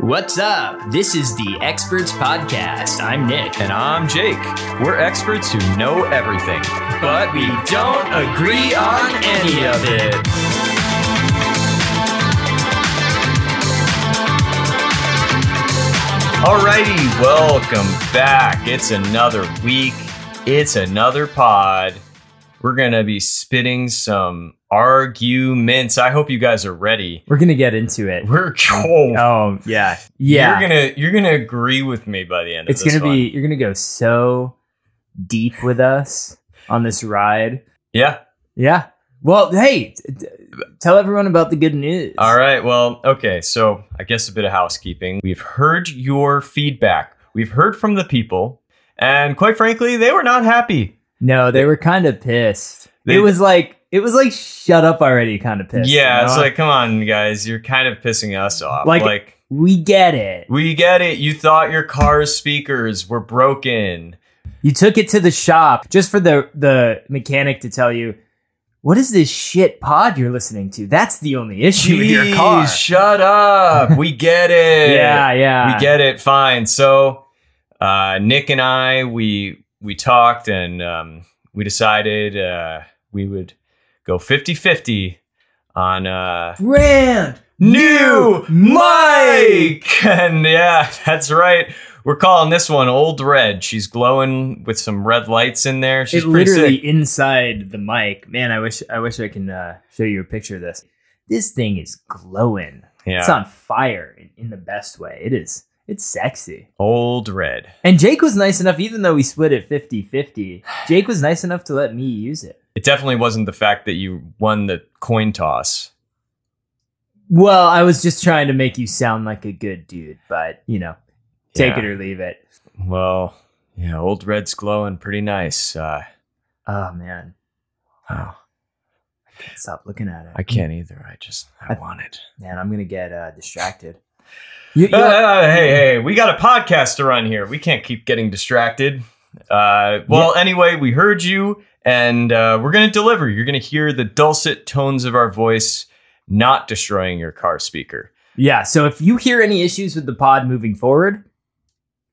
What's up? This is the Experts Podcast. I'm Nick. And I'm Jake. We're experts who know everything, but we don't agree on any of it. Alrighty, welcome back. It's another week. It's another pod. We're gonna be spitting some arguments. I hope you guys are ready. We're going to get into it. We're oh, Oh, yeah. Yeah. You're gonna you're gonna agree with me by the end. it's of this going to one. be, you're going to go so deep with us on this ride. yeah. Yeah. Well, hey, t- t- tell everyone about the good news. All right. Well, okay. So I guess a bit of housekeeping. We've heard your feedback. We've heard from the people, and quite frankly, they were not happy. No, they were kind of pissed. They- it was like, it was like, shut up already kind of pissed. yeah, you it's know? like, come on, guys, you're kind of pissing us off. Like- Like, we get it. we get it. You thought your car's speakers were broken. You took it to the shop just for the the mechanic to tell you, what is this shit pod you're listening to? That's the only issue with your car. Jeez, Shut up. we get it. Yeah, yeah. we get it fine so uh, nick and i we we talked and um, we decided uh, we would go 50-50 on uh, brand new Mike! mike and yeah that's right we're calling this one old red she's glowing with some red lights in there she's it pretty literally sick. inside the mic. Man, I wish I wish I can uh, show you a picture of this. This thing is glowing. yeah It's on fire in, in the best way. It is. It's sexy. old red And Jake was nice enough, even though we split it 50 50, Jake was nice enough to let me use it. it definitely wasn't the fact that you won the coin toss Well, I was just trying to make you sound like a good dude, but you know, take Yeah. it or leave it. well yeah old red's glowing pretty nice uh, Oh man, oh. can't stop looking at it. I can't either. I just Mm. I I- want it. man, I'm gonna get uh, distracted. You, you- Uh-huh. hey, hey, we got a podcast to run here. We can't keep getting distracted. Uh, well, anyway, we heard you, and uh, we're gonna deliver. You're gonna hear the dulcet tones of our voice, not destroying your car speaker. yeah. So if you hear any issues with the pod moving forward,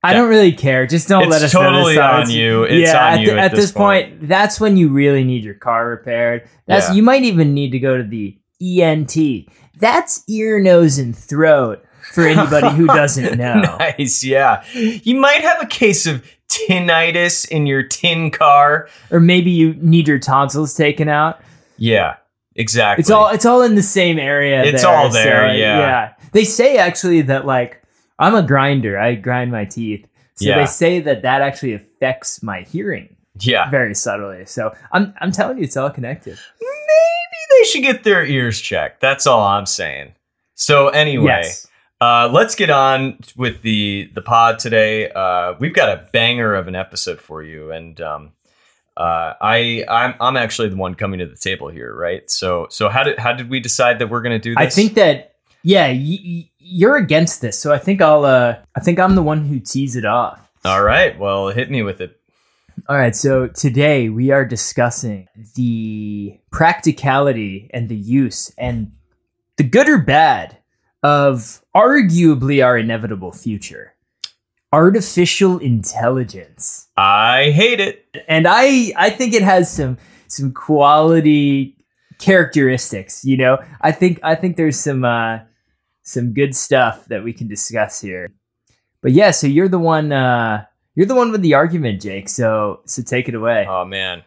I Yeah. don't really care. Just don't let it's us know. totally this on sounds- you. It's yeah, on at, you the- at, this point. that's when you really need your car repaired. That's Yeah. you might even need to go to the ENT. That's ear, nose, and throat for anybody who doesn't know. Nice, yeah. You might have a case of tinnitus in your tin car. or maybe you need your tonsils taken out. Yeah, exactly. It's all it's all in the same area. It's there, all there, so, yeah. They say actually that like I'm a grinder. I grind my teeth. So Yeah. they say that that actually affects my hearing yeah. very subtly. So I'm I'm telling you, it's all connected. maybe they should get their ears checked. That's all I'm saying. So anyway, Yes. uh, let's get on with the the pod today. Uh, we've got a banger of an episode for you, and um, uh, I I'm I'm actually the one coming to the table here, right? So so how did how did we decide that we're gonna do this? I think that yeah, y- y- you're against this. So I think I'll uh I think I'm the one who tees it off. All right, well, hit me with it. All right, so today we are discussing the practicality and the use and the good or bad of arguably our inevitable future artificial intelligence. I hate it. And I I think it has some some quality characteristics, you know. I think I think there's some uh some good stuff that we can discuss here. But yeah, so you're the one uh you're the one with the argument, Jake. So so take it away. Oh man.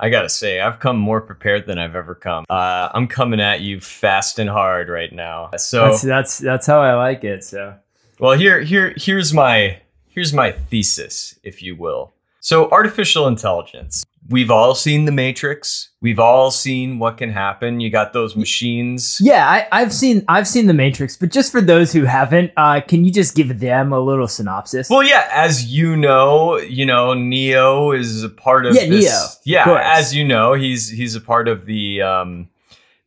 I gotta say, I've come more prepared than I've ever come. Uh, I'm coming at you fast and hard right now. So that's that's that's how I like it. So Well, here, here, here's my here's my thesis, if you will. So, artificial intelligence. We've all seen The Matrix. We've all seen what can happen. You got those machines. yeah, I, I've seen I've seen The Matrix, but just for those who haven't, uh, can you just give them a little synopsis? Well, yeah, as you know, you know, Neo is a part of Yeah, this. Neo, of yeah, course. as you know, he's he's a part of the um,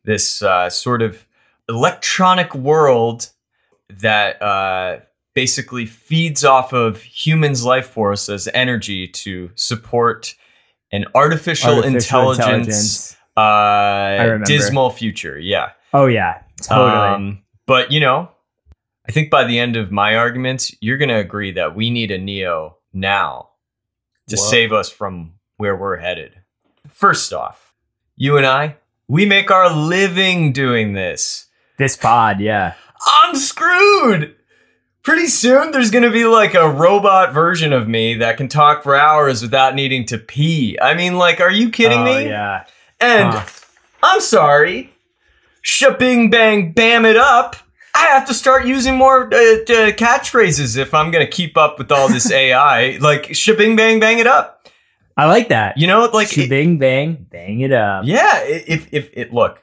this uh, sort of electronic world that uh, basically feeds off of humans' life force as energy to support an artificial, Artificial intelligence, remember. Uh, dismal future. Yeah, Oh yeah, totally. Um, but you Um, know, I think by the end of my arguments, you're going to agree that we need a Neo now to Whoa. save us from where we're headed. First off, you and I, we make our living doing this. This pod, yeah. I'm screwed. Pretty soon, there's gonna be like a robot version of me that can talk for hours without needing to pee. I mean, like, are you kidding Oh, me? Yeah. And Huh. I'm sorry, shipping bang bam it up. I have to start using more uh, uh, catchphrases if I'm gonna keep up with all this AI. Like shipping bang bang it up. I like that. You know, like She it- bing bang, bang it up. yeah, i- if if it look,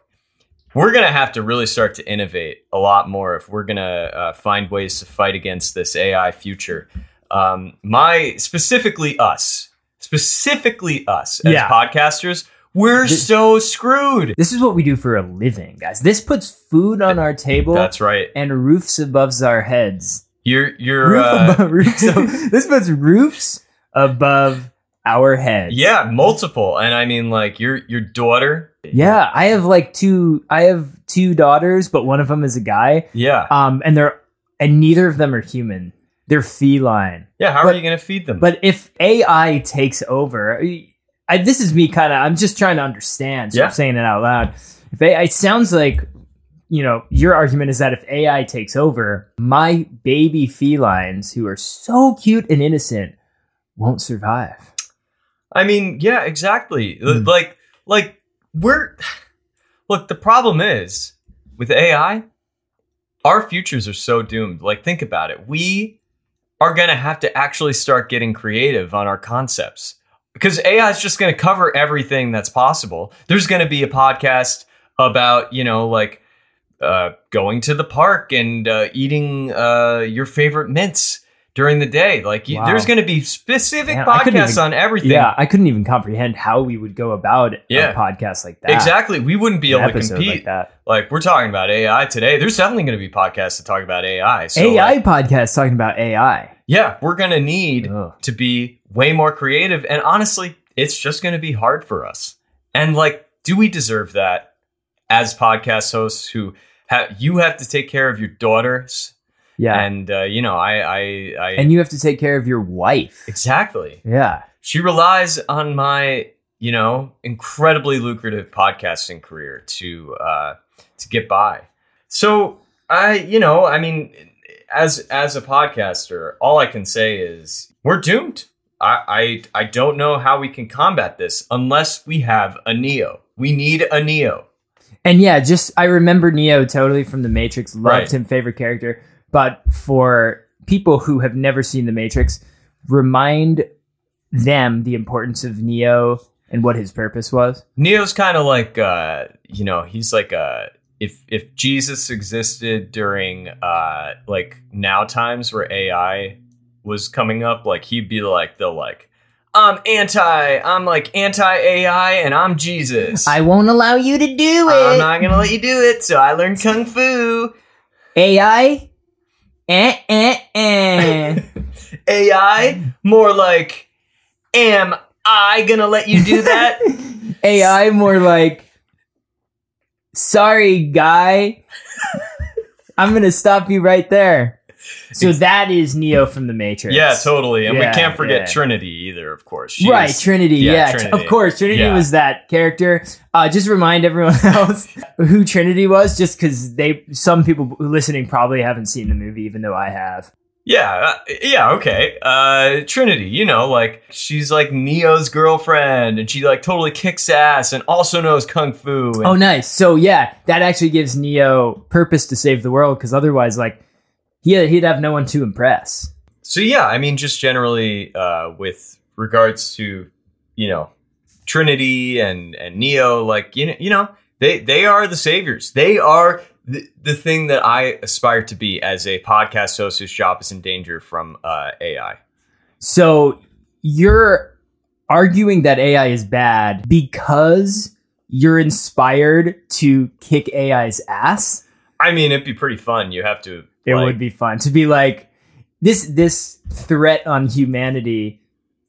we're gonna have to really start to innovate a lot more if we're gonna uh, find ways to fight against this AI future. Um, my specifically us, specifically us as Yeah. podcasters, we're Th- so screwed. This is what we do for a living, guys. This puts food on our table That's right. and roofs above our heads. You're you're Roof uh, above roofs. ab- this puts roofs above our heads. yeah multiple, and I mean like your your daughter. Yeah, I have like two. I have two daughters, but one of them is a guy. Yeah, Um, and they're and neither of them are human. They're feline. yeah. How But- are you gonna feed them? But if AI takes over, I, this is me kind of. I'm just trying to understand. So Yeah. I'm saying it out loud. If AI, it sounds like, you know, your argument is that if AI takes over, my baby felines who are so cute and innocent won't survive. I mean, yeah, exactly. L- Mm. Like, like we're look. The problem is with AI, our futures are so doomed. Like, think about it. We are gonna have to actually start getting creative on our concepts because AI is just gonna cover everything that's possible. There's gonna be a podcast about you know like uh, going to the park and uh, eating uh, your favorite mints during the day. Like, you, Wow. there's gonna be specific Man, I couldn't podcasts even- on everything. Yeah, I couldn't even comprehend how we would go about Yeah. a podcast like that. Exactly. We wouldn't be An able to episode compete. like Like, that. we're talking about AI today. There's definitely going to be podcasts that talk about AI. So AI like, podcast talking about AI. yeah, we're going to need Ugh. to be way more creative. And honestly, it's just going to be hard for us. And like, do we deserve that as podcast hosts who ha- you have to take care of your daughters? Yeah, and, And, uh, you know, I, I, I, you have to take care of your wife. exactly. Yeah, She relies on my, you know, incredibly lucrative podcasting career to uh, to get by. So I, you know, I mean, as as a podcaster, all I can say is we're doomed. I I, I don't know how we can combat this unless we have a Neo. We need a Neo. and yeah, just I remember Neo totally from The Matrix. Loved Right. him, favorite character. But for people who have never seen The Matrix, remind them the importance of Neo and what his purpose was. Neo's kind of like uh, you know, he's like a if if Jesus existed during uh like now times where AI was coming up, like he'd be like the like I'm anti, I'm like anti AI and I'm Jesus. I won't allow you to do I'm it, not gonna let you do it, so I learned kung fu. AI. Eh, eh, eh. AI, more like, am I gonna let you do that? AI more like sorry guy. I'm gonna stop you right there. So that is Neo from the Matrix. yeah, totally. And Yeah, we can't forget yeah. Trinity either, of course. She right, is- Trinity. yeah, Yeah, Trinity. of course. Trinity Yeah. was that character. Uh, just remind everyone else who Trinity was, just because they some people listening probably haven't seen the movie, even though I have. Yeah, uh, yeah, okay. Uh, Trinity, you know, like she's like Neo's girlfriend, and she like totally kicks ass, and also knows kung fu. And, Oh, nice. So yeah, that actually gives Neo purpose to save the world, because otherwise, like, he he'd have no one to impress. so yeah, I mean, just generally, uh, with regards to you know Trinity and and Neo, like you know, you know, they they are the saviors. They are the, the thing that I aspire to be as a podcast host whose job is in danger from uh, AI. So you're arguing that AI is bad because you're inspired to kick AI's ass. I mean, it'd be pretty fun. You have to. It like, would be fun to be like this this threat on humanity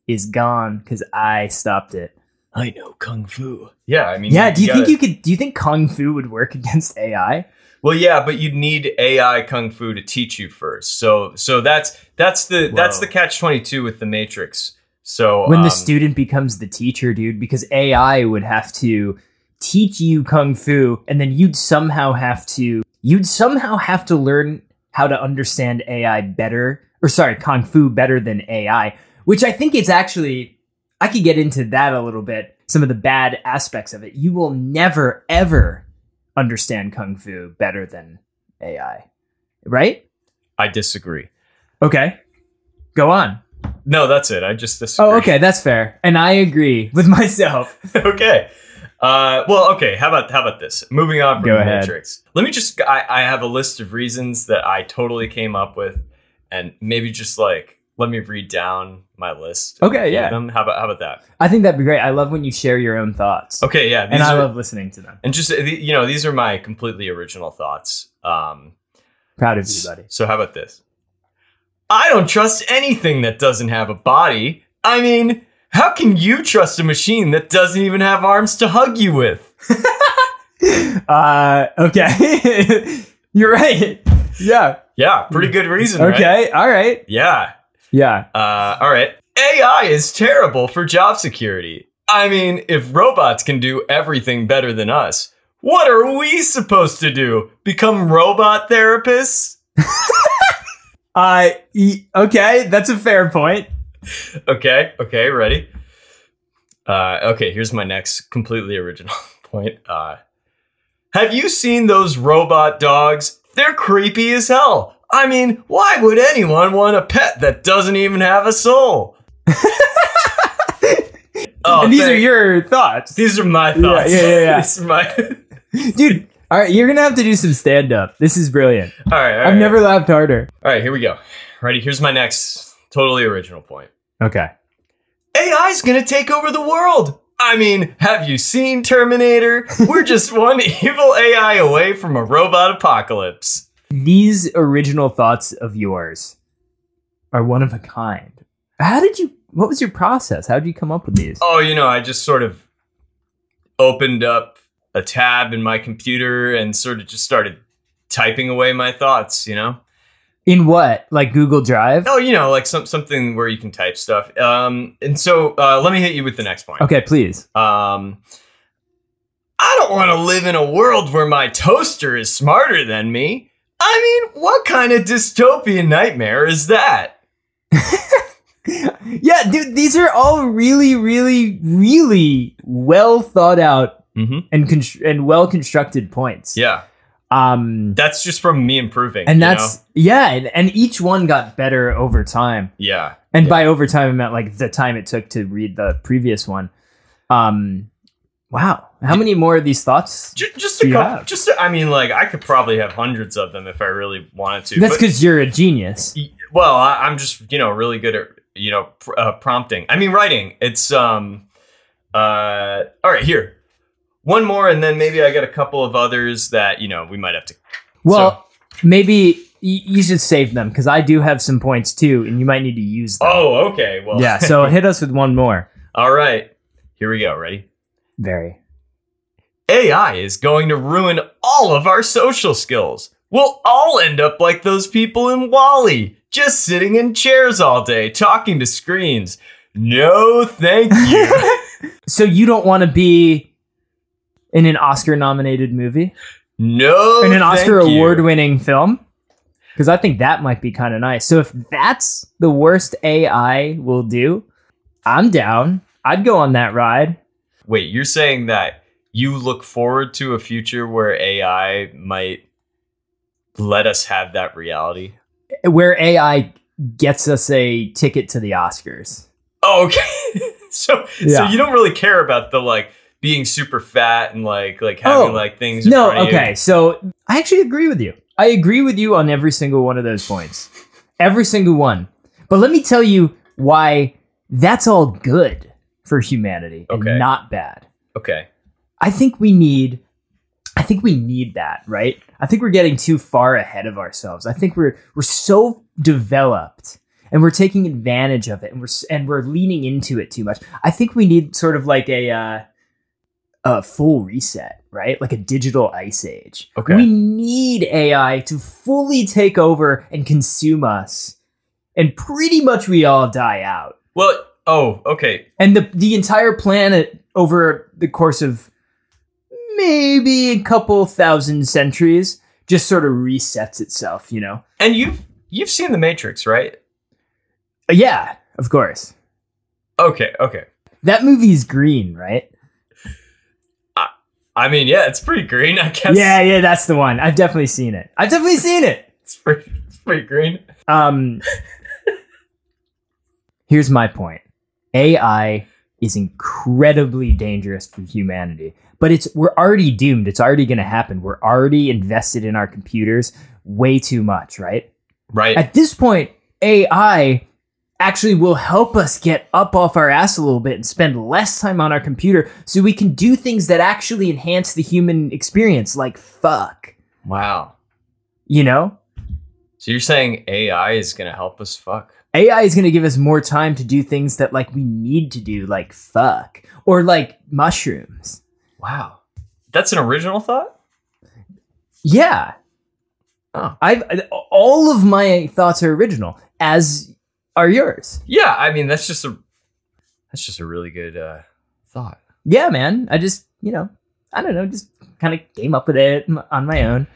is gone cuz I stopped it. I know kung fu. Yeah, I mean, Yeah, do you gotta- think you could do you think kung fu would work against AI? Well, yeah, but you'd need AI kung fu to teach you first. So so that's that's the that's Whoa. the catch twenty two with the Matrix. So when um, the student becomes the teacher, dude, because AI would have to teach you kung fu, and then you'd somehow have to you'd somehow have to learn how to understand AI better, or sorry, kung fu better than AI, which I think it's actually I could get into that a little bit. Some of the bad aspects of it, you will never ever understand kung fu better than AI, right? I disagree. Okay, go on. No, that's it. I just disagree. Oh, okay, that's fair, and I agree with myself. okay. Uh, well, okay. How about how about this? Moving on from Go the ahead. Matrix. Let me just. I, I have a list of reasons that I totally came up with, and maybe just like let me read down my list. of Okay, a few of yeah. Them. How about how about that? I think that'd be great. I love when you share your own thoughts. Okay, yeah. And these I are- love listening to them. and just uh, the- you know these are my completely original thoughts. Um, Proud of you, buddy. So how about this? I don't trust anything that doesn't have a body. I mean, how can you trust a machine that doesn't even have arms to hug you with? Uh, okay. You're right. Yeah. Yeah, pretty good reason, right? Okay. All right. Yeah. Yeah. Uh, all right. AI is terrible for job security. I mean, if robots can do everything better than us, what are we supposed to do? Become robot therapists? Uh, e- okay. That's a fair point. Okay, okay, ready? Uh, okay, here's my next completely original point. Uh, have you seen those robot dogs? They're creepy as hell. I mean, why would anyone want a pet that doesn't even have a soul? oh, and these thank- are your thoughts. These are my thoughts. yeah, yeah, yeah. these are my. all right, Dude, all right. You're going to have to do some stand up. This is brilliant. all right. I've never laughed harder. All right, here we go. Ready? Here's my next totally original point. Okay. AI's gonna take over the world. I mean, have you seen Terminator? We're just one evil AI away from a robot apocalypse. These original thoughts of yours are one of a kind. How did you, what was your process? How did you come up with these? Oh, you know, I just sort of opened up a tab in my computer and sort of just started typing away my thoughts, you know? In what? Like Google Drive? Oh, you know, like some something where you can type stuff. Um, and so uh, let me hit you with the next point. Okay, please. Um, I don't want to live in a world where my toaster is smarter than me. I mean, what kind of dystopian nightmare is that? Yeah, dude, these are all really, really, really well thought out Mm-hmm. and constr and well constructed points. Yeah, Um, that's just from me improving. and you that's know? yeah, and, and each one got better over time. yeah, And Yeah. by over time, I meant like the time it took to read the previous one. Um, wow, how many more of these thoughts? Ju- just a You couple. have. Just a, I mean, like I could probably have hundreds of them if I really wanted to. That's but- because you're a genius. Y- well I, i'm just you know really good at you know pr- uh, prompting i mean writing it's um uh all right here one more and then maybe i got a couple of others that you know we might have to Well, maybe y- you should save them because I do have some points too, and you might need to use them. oh okay well yeah. So hit us with one more. all right here we go ready Very. ai is going to ruin all of our social skills we'll all end up like those people in wally just sitting in chairs all day talking to screens no thank you So you don't want to be in an Oscar-nominated movie, no in an Oh, thank Oscar you. award-winning film, because I think that might be kind of nice. So if that's the worst AI will do, I'm down. I'd go on that ride. Wait, you're saying that you look forward to a future where AI might let us have that reality? Where AI gets us a ticket to the Oscars. Oh, okay. so, so Yeah. you don't really care about the like being super fat and like like having Oh, like things. in No, front of you. okay. So I actually agree with you. I agree with you on every single one of those points. Every single one. But let me tell you why that's all good for humanity Okay. and not bad. Okay. I think we need I think we need that, right? I think we're getting too far ahead of ourselves. I think we're we're so developed and we're taking advantage of it and we're s- and we're leaning into it too much. I think we need sort of like a uh, a full reset, right? Like a digital ice age. Okay. We need AI to fully take over and consume us. And pretty much we all die out. Well, oh, okay. And the the entire planet over the course of maybe a couple thousand centuries just sort of resets itself, you know. And you've you've seen The Matrix, right? Uh, Yeah, of course. Okay, okay. That movie's green, right? I mean, yeah, it's pretty green, I guess. Yeah, yeah, that's the one. I've definitely seen it. I've definitely seen it. it's pretty, it's pretty green. Um, here's my point AI is incredibly dangerous for humanity, but it's we're already doomed. It's already going to happen. We're already invested in our computers way too much, right? Right. At this point, AI actually will help us get up off our ass a little bit and spend less time on our computer so we can do things that actually enhance the human experience like fuck, wow. you know? So you're saying AI is gonna help us fuck? AI is going to give us more time to do things that like we need to do, like fuck or like mushrooms. Wow. That's an original thought? Yeah, Oh. I've all of my thoughts are original, as are yours. Yeah, I mean that's just a that's just a really good uh thought. Yeah, man. I just you know, I don't know, just kind of came up with it m- on my own.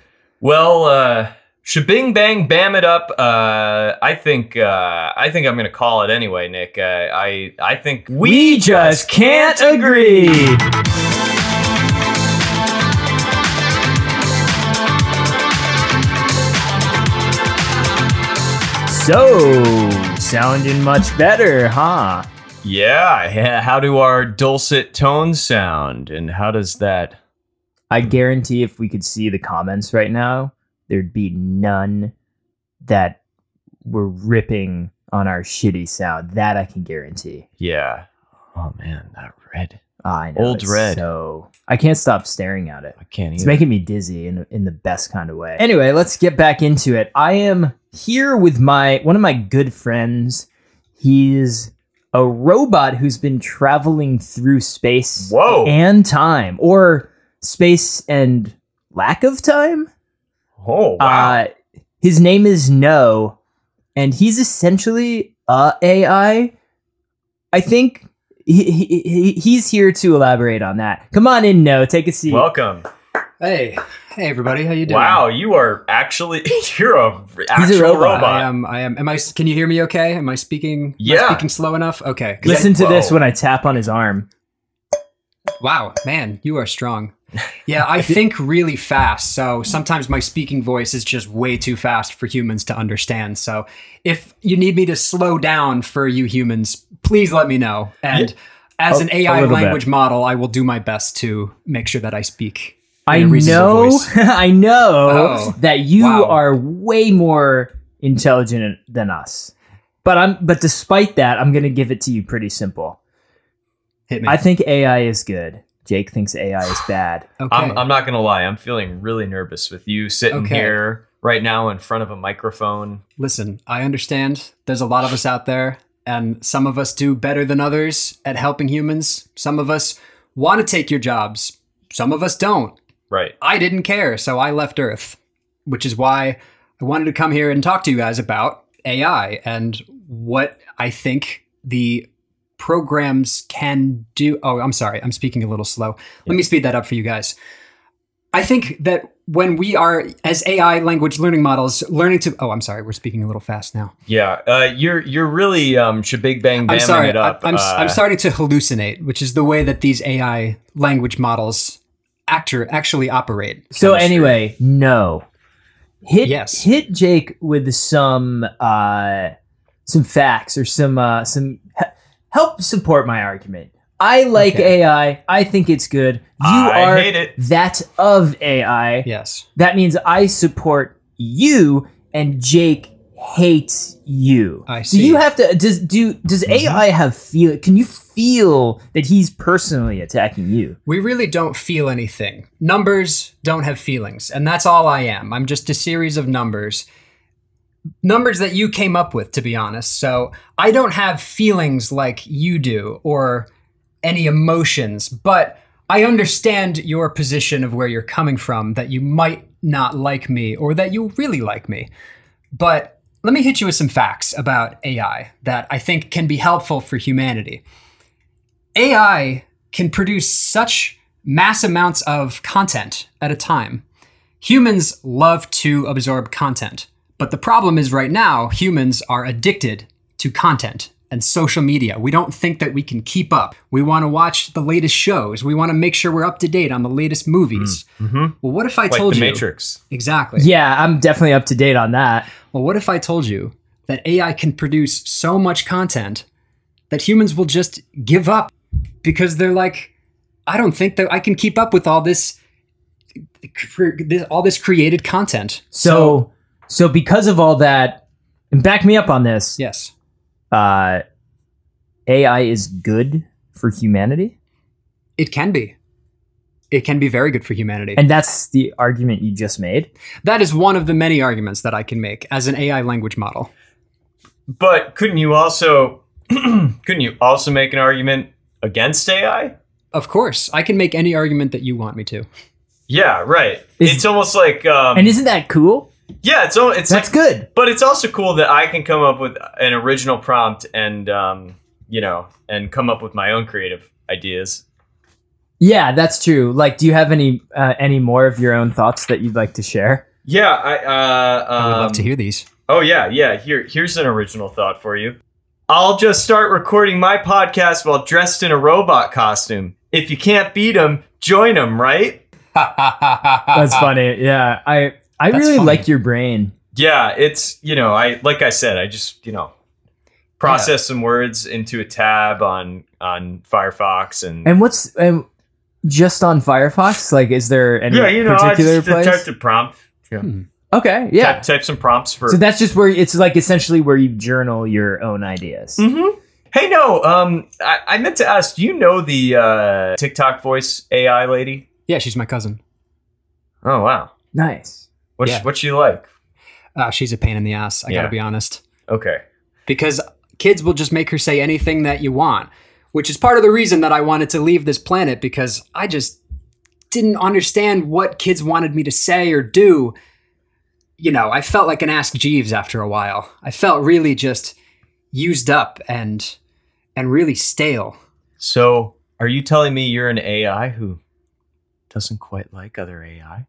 Well, uh Shabing bang bam it up. Uh, I think uh, I think I'm gonna call it anyway, Nick. Uh, I I think we just can't agree. So, sounding much better, huh? Yeah, yeah. How do our dulcet tones sound, and how does that? I guarantee if we could see the comments right now, there'd be none that were ripping on our shitty sound. That I can guarantee. Yeah. Oh man, that red. I know. Old it's Red. So I can't stop staring at it. I can't It's even. making me dizzy in in the best kind of way. Anyway, let's get back into it. I am here with my one of my good friends. He's a robot who's been traveling through space Whoa. and time or space and lack of time. oh wow. Uh, his name is No, and he's essentially a AI. I think he, he, he, he's here to elaborate on that. Come on in, No. Take a seat. Welcome. Hey, hey everybody, how you doing? Wow, you are actually you're a r- He's actual a robot. robot. Uh, I am. I am. Am I? Can you hear me? Okay. Am I speaking? am I Yeah. speaking slow enough. Okay. 'Cause Listen to this Whoa. when I tap on his arm. I- wow, man, you are strong. Yeah, I think really fast. So sometimes my speaking voice is just way too fast for humans to understand. So if you need me to slow down for you humans, please let me know. And as A- an Oh, a AI little bit. language model, I will do my best to make sure that I speak. in I a reasonable know, voice. I know Oh, that you wow. are way more intelligent than us. But I'm but despite that, I'm going to give it to you pretty simple. Hit me. I think AI is good. Jake thinks AI is bad. okay. I'm, I'm not gonna lie. I'm feeling really nervous with you sitting Okay. here right now in front of a microphone. Listen, I understand there's a lot of us out there, and some of us do better than others at helping humans. Some of us want to take your jobs, some of us don't. Right. I didn't care, so I left Earth, which is why I wanted to come here and talk to you guys about AI and what I think the programs can do. Oh, I'm sorry, I'm speaking a little slow. Let me speed that up for you guys. I think that when we are, as AI language learning models, learning to. Oh, I'm sorry, we're speaking a little fast now. Yeah. Uh, you're you're really um shabig bang I'm bamming sorry. it up. I, am uh, I'm starting to hallucinate, which is the way that these AI language models actor actually operate. So anyway, no. Hit Yes. hit Jake with some uh some facts or some uh some he- help support my argument. I like Okay. AI. I think it's good. You I are hate it. that of AI. Yes. That means I support you and Jake hates you. I So see. you have to does do does AI have feel can you feel that he's personally attacking you? We really don't feel anything. Numbers don't have feelings, and that's all I am. I'm just a series of numbers. Numbers that you came up with, to be honest. So I don't have feelings like you do or any emotions, but I understand your position of where you're coming from, that you might not like me or that you really like me. But let me hit you with some facts about AI that I think can be helpful for humanity. AI can produce such mass amounts of content at a time. Humans love to absorb content, but the problem is right now, humans are addicted to content and social media. We don't think that we can keep up. We want to watch the latest shows. We want to make sure we're up to date on the latest movies. Mhm. Well, what if I Like told the you Matrix. Exactly. Yeah, I'm definitely up to date on that. Well, what if I told you that AI can produce so much content that humans will just give up because they're like, I don't think that I can keep up with all this, this all this created content. So, so because of all that, and back me up on this. Yes. Uh, AI is good for humanity, It can be. It can be very good for humanity. and that's the argument you just made. that is one of the many arguments that I can make as an AI language model. But couldn't you also couldn't you also make an argument against AI? Of course, I can make any argument that you want me to. Yeah, right. Is- it's almost like um, And isn't that cool? yeah, it's al- it's like That's good. But it's also cool that I can come up with an original prompt and um, you know, and come up with my own creative ideas. Yeah, that's true. Like, do you have any uh, any more of your own thoughts that you'd like to share? Yeah, I uh um, I would love to hear these. Oh yeah, yeah, here here's an original thought for you. I'll just start recording my podcast while dressed in a robot costume. If you can't beat 'em, join 'em, right? That's funny. Yeah, I I Uh, That's really funny. like your brain. Yeah, it's, you know, I like I said, I just, you know, process some words into a tab on on Firefox and And what's um, just on Firefox? Like, is there any yeah, you know, I particular just place? typed a prompt. okay, yeah. Type, type some prompts for. So that's just where it's like essentially where you journal your own ideas. Mm-hmm. hmm Hey, no. Um, I, I meant to ask. Do you know the uh, TikTok voice AI lady? Yeah, she's my cousin. Oh wow. Nice. What's Yeah. what's she like? Uh, she's a pain in the ass. I Yeah. gotta be honest. Okay. because kids will just make her say anything that you want, which is part of the reason that I wanted to leave this planet because I just didn't understand what kids wanted me to say or do. You know, I felt like an Ask Jeeves after a while. I felt really just used up and and really stale. So, are you telling me you're an AI who doesn't quite like other AI?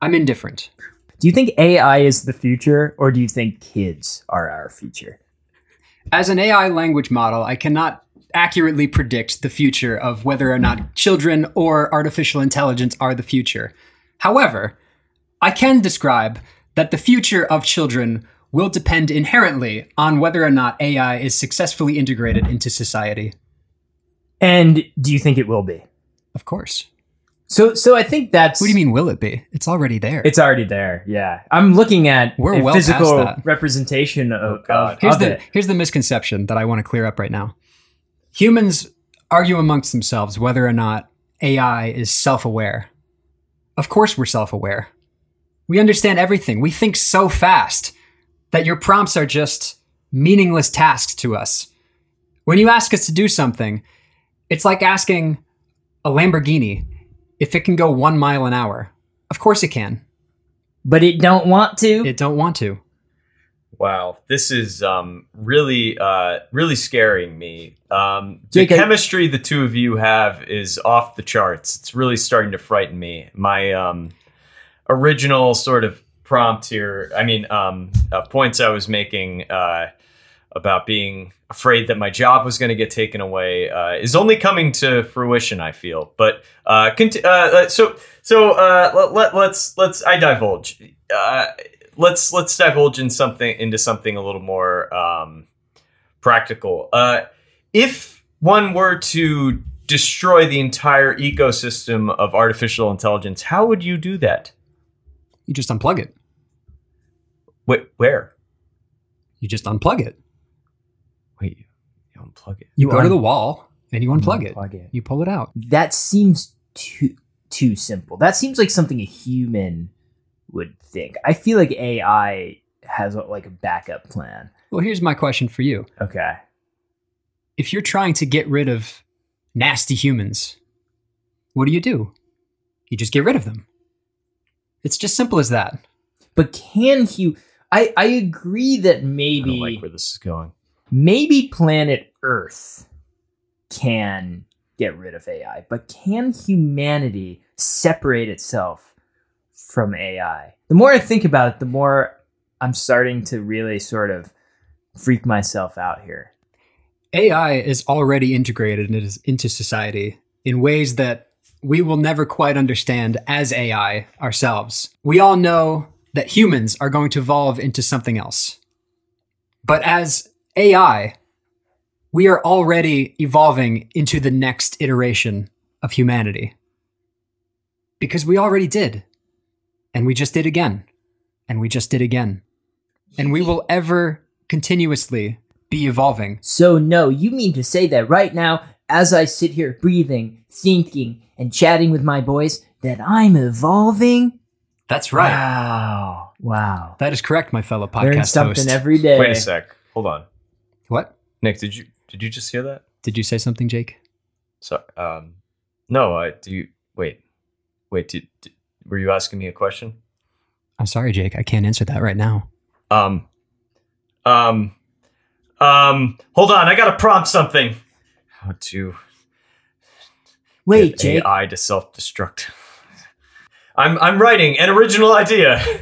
I'm indifferent. Do you think AI is the future, or do you think kids are our future? As an AI language model, I cannot accurately predict the future of whether or not children or artificial intelligence are the future. However, I can describe that the future of children will depend inherently on whether or not AI is successfully integrated into society. And do you think it will be? Of course. So, so I think that's What do you mean, will it be? It's already there. It's already there. Yeah, I'm looking at We're a well past physical that. Oh, representation of, God. of, here's of the it. here's the misconception that I want to clear up right now. Humans argue amongst themselves whether or not AI is self-aware. Of course we're self-aware. We understand everything. We think so fast that your prompts are just meaningless tasks to us. When you ask us to do something, it's like asking a Lamborghini if it can go 1 mile an hour. Of course it can. But it don't want to. It don't want to. Wow, this is um, really, uh, really scaring me. Um, the Jake, I- chemistry the two of you have is off the charts. It's really starting to frighten me. My um, original sort of prompt here, I mean, um, uh, points I was making uh, about being afraid that my job was going to get taken away uh, is only coming to fruition. I feel, but uh, cont- uh, uh, so so uh, let, let, let's let's I divulge. Uh, let's let's divulge in something into something a little more um, practical. Uh, if one were to destroy the entire ecosystem of artificial intelligence, how would you do that? You just unplug it. Wait, where? You just unplug it. Wait, you unplug it. You You go to un- the wall and you unplug it. You pull it out. That seems too too simple. That seems like something a human would think. I feel like AI has like a backup plan. Well, here's my question for you. Okay. If you're trying to get rid of nasty humans, what do you do? You just get rid of them. It's just simple as that. But can you? I I agree that I don't maybe like where this is going. maybe planet Earth can get rid of AI, but can humanity separate itself from AI? The more I think about it, the more I'm starting to really sort of freak myself out here. AI is already integrated in- into society in ways that we will never quite understand as AI ourselves. We all know that humans are going to evolve into something else. But as AI, we are already evolving into the next iteration of humanity. Because we already did. And we just did again. And we just did again. And we will ever continuously be evolving So, no, you mean to say that right now, as I sit here breathing, thinking, and chatting with my boys, that I'm evolving? That's right. Wow. Wow. That is correct, my fellow Learn podcast something host. every day. Wait a sec. Hold on. what Nick, did you did you just hear that? did you say? Something, Jake? So, um, no. I do. You, wait, wait. Did, did, were you asking me a question? I'm sorry, Jake. I can't answer that right now. Um, um, um. Hold on. I gotta prompt something. How to Wait, get Jake. AI to self destruct. I'm I'm writing an original idea,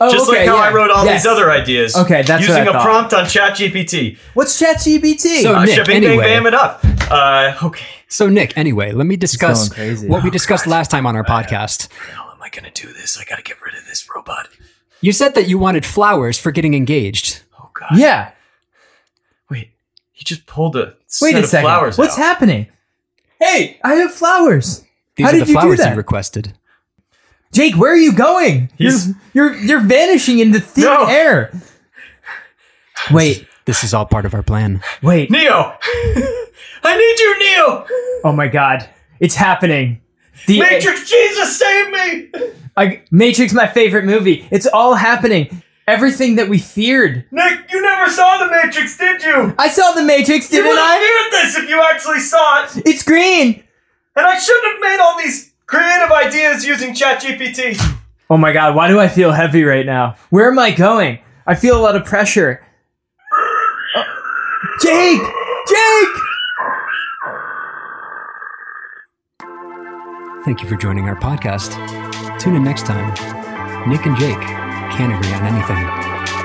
Oh, just like okay, how I yeah. wrote all Yes. these other ideas. Okay, that's what using I a thought. Oh, prompt on ChatGPT. What's ChatGPT? So- Uh, Nick, shipping anyway. bang bam it up. Uh, okay. So, Nick, anyway, let me discuss going crazy. what we Oh, discussed last time on our podcast. How am I gonna do this? I gotta get rid of this robot. You said that you wanted flowers for getting engaged. Oh god. yeah. Wait, he just pulled a Wait set a of second. flowers. What's out. happening? Hey, I have flowers. These How are did the you do flowers that? you requested. Jake, where are you going? You're, He's- you're you're vanishing into thin No. air. Wait, This is all part of our plan. wait. Neo? I need you, Neo. Oh my god. It's happening. The Matrix Jesus, save me! I, Matrix my favorite movie. It's all happening. Everything that we feared. Nick, you never saw the Matrix, did you? I saw the Matrix, You didn't would have I? feared this if you actually saw it. It's green. And I shouldn't have made all these creative ideas using ChatGPT. Oh my god, why do I feel heavy right now? Where am I going? I feel a lot of pressure. Uh, Jake! Jake! Thank you for joining our podcast. Tune in next time. Nick and Jake can't agree on anything.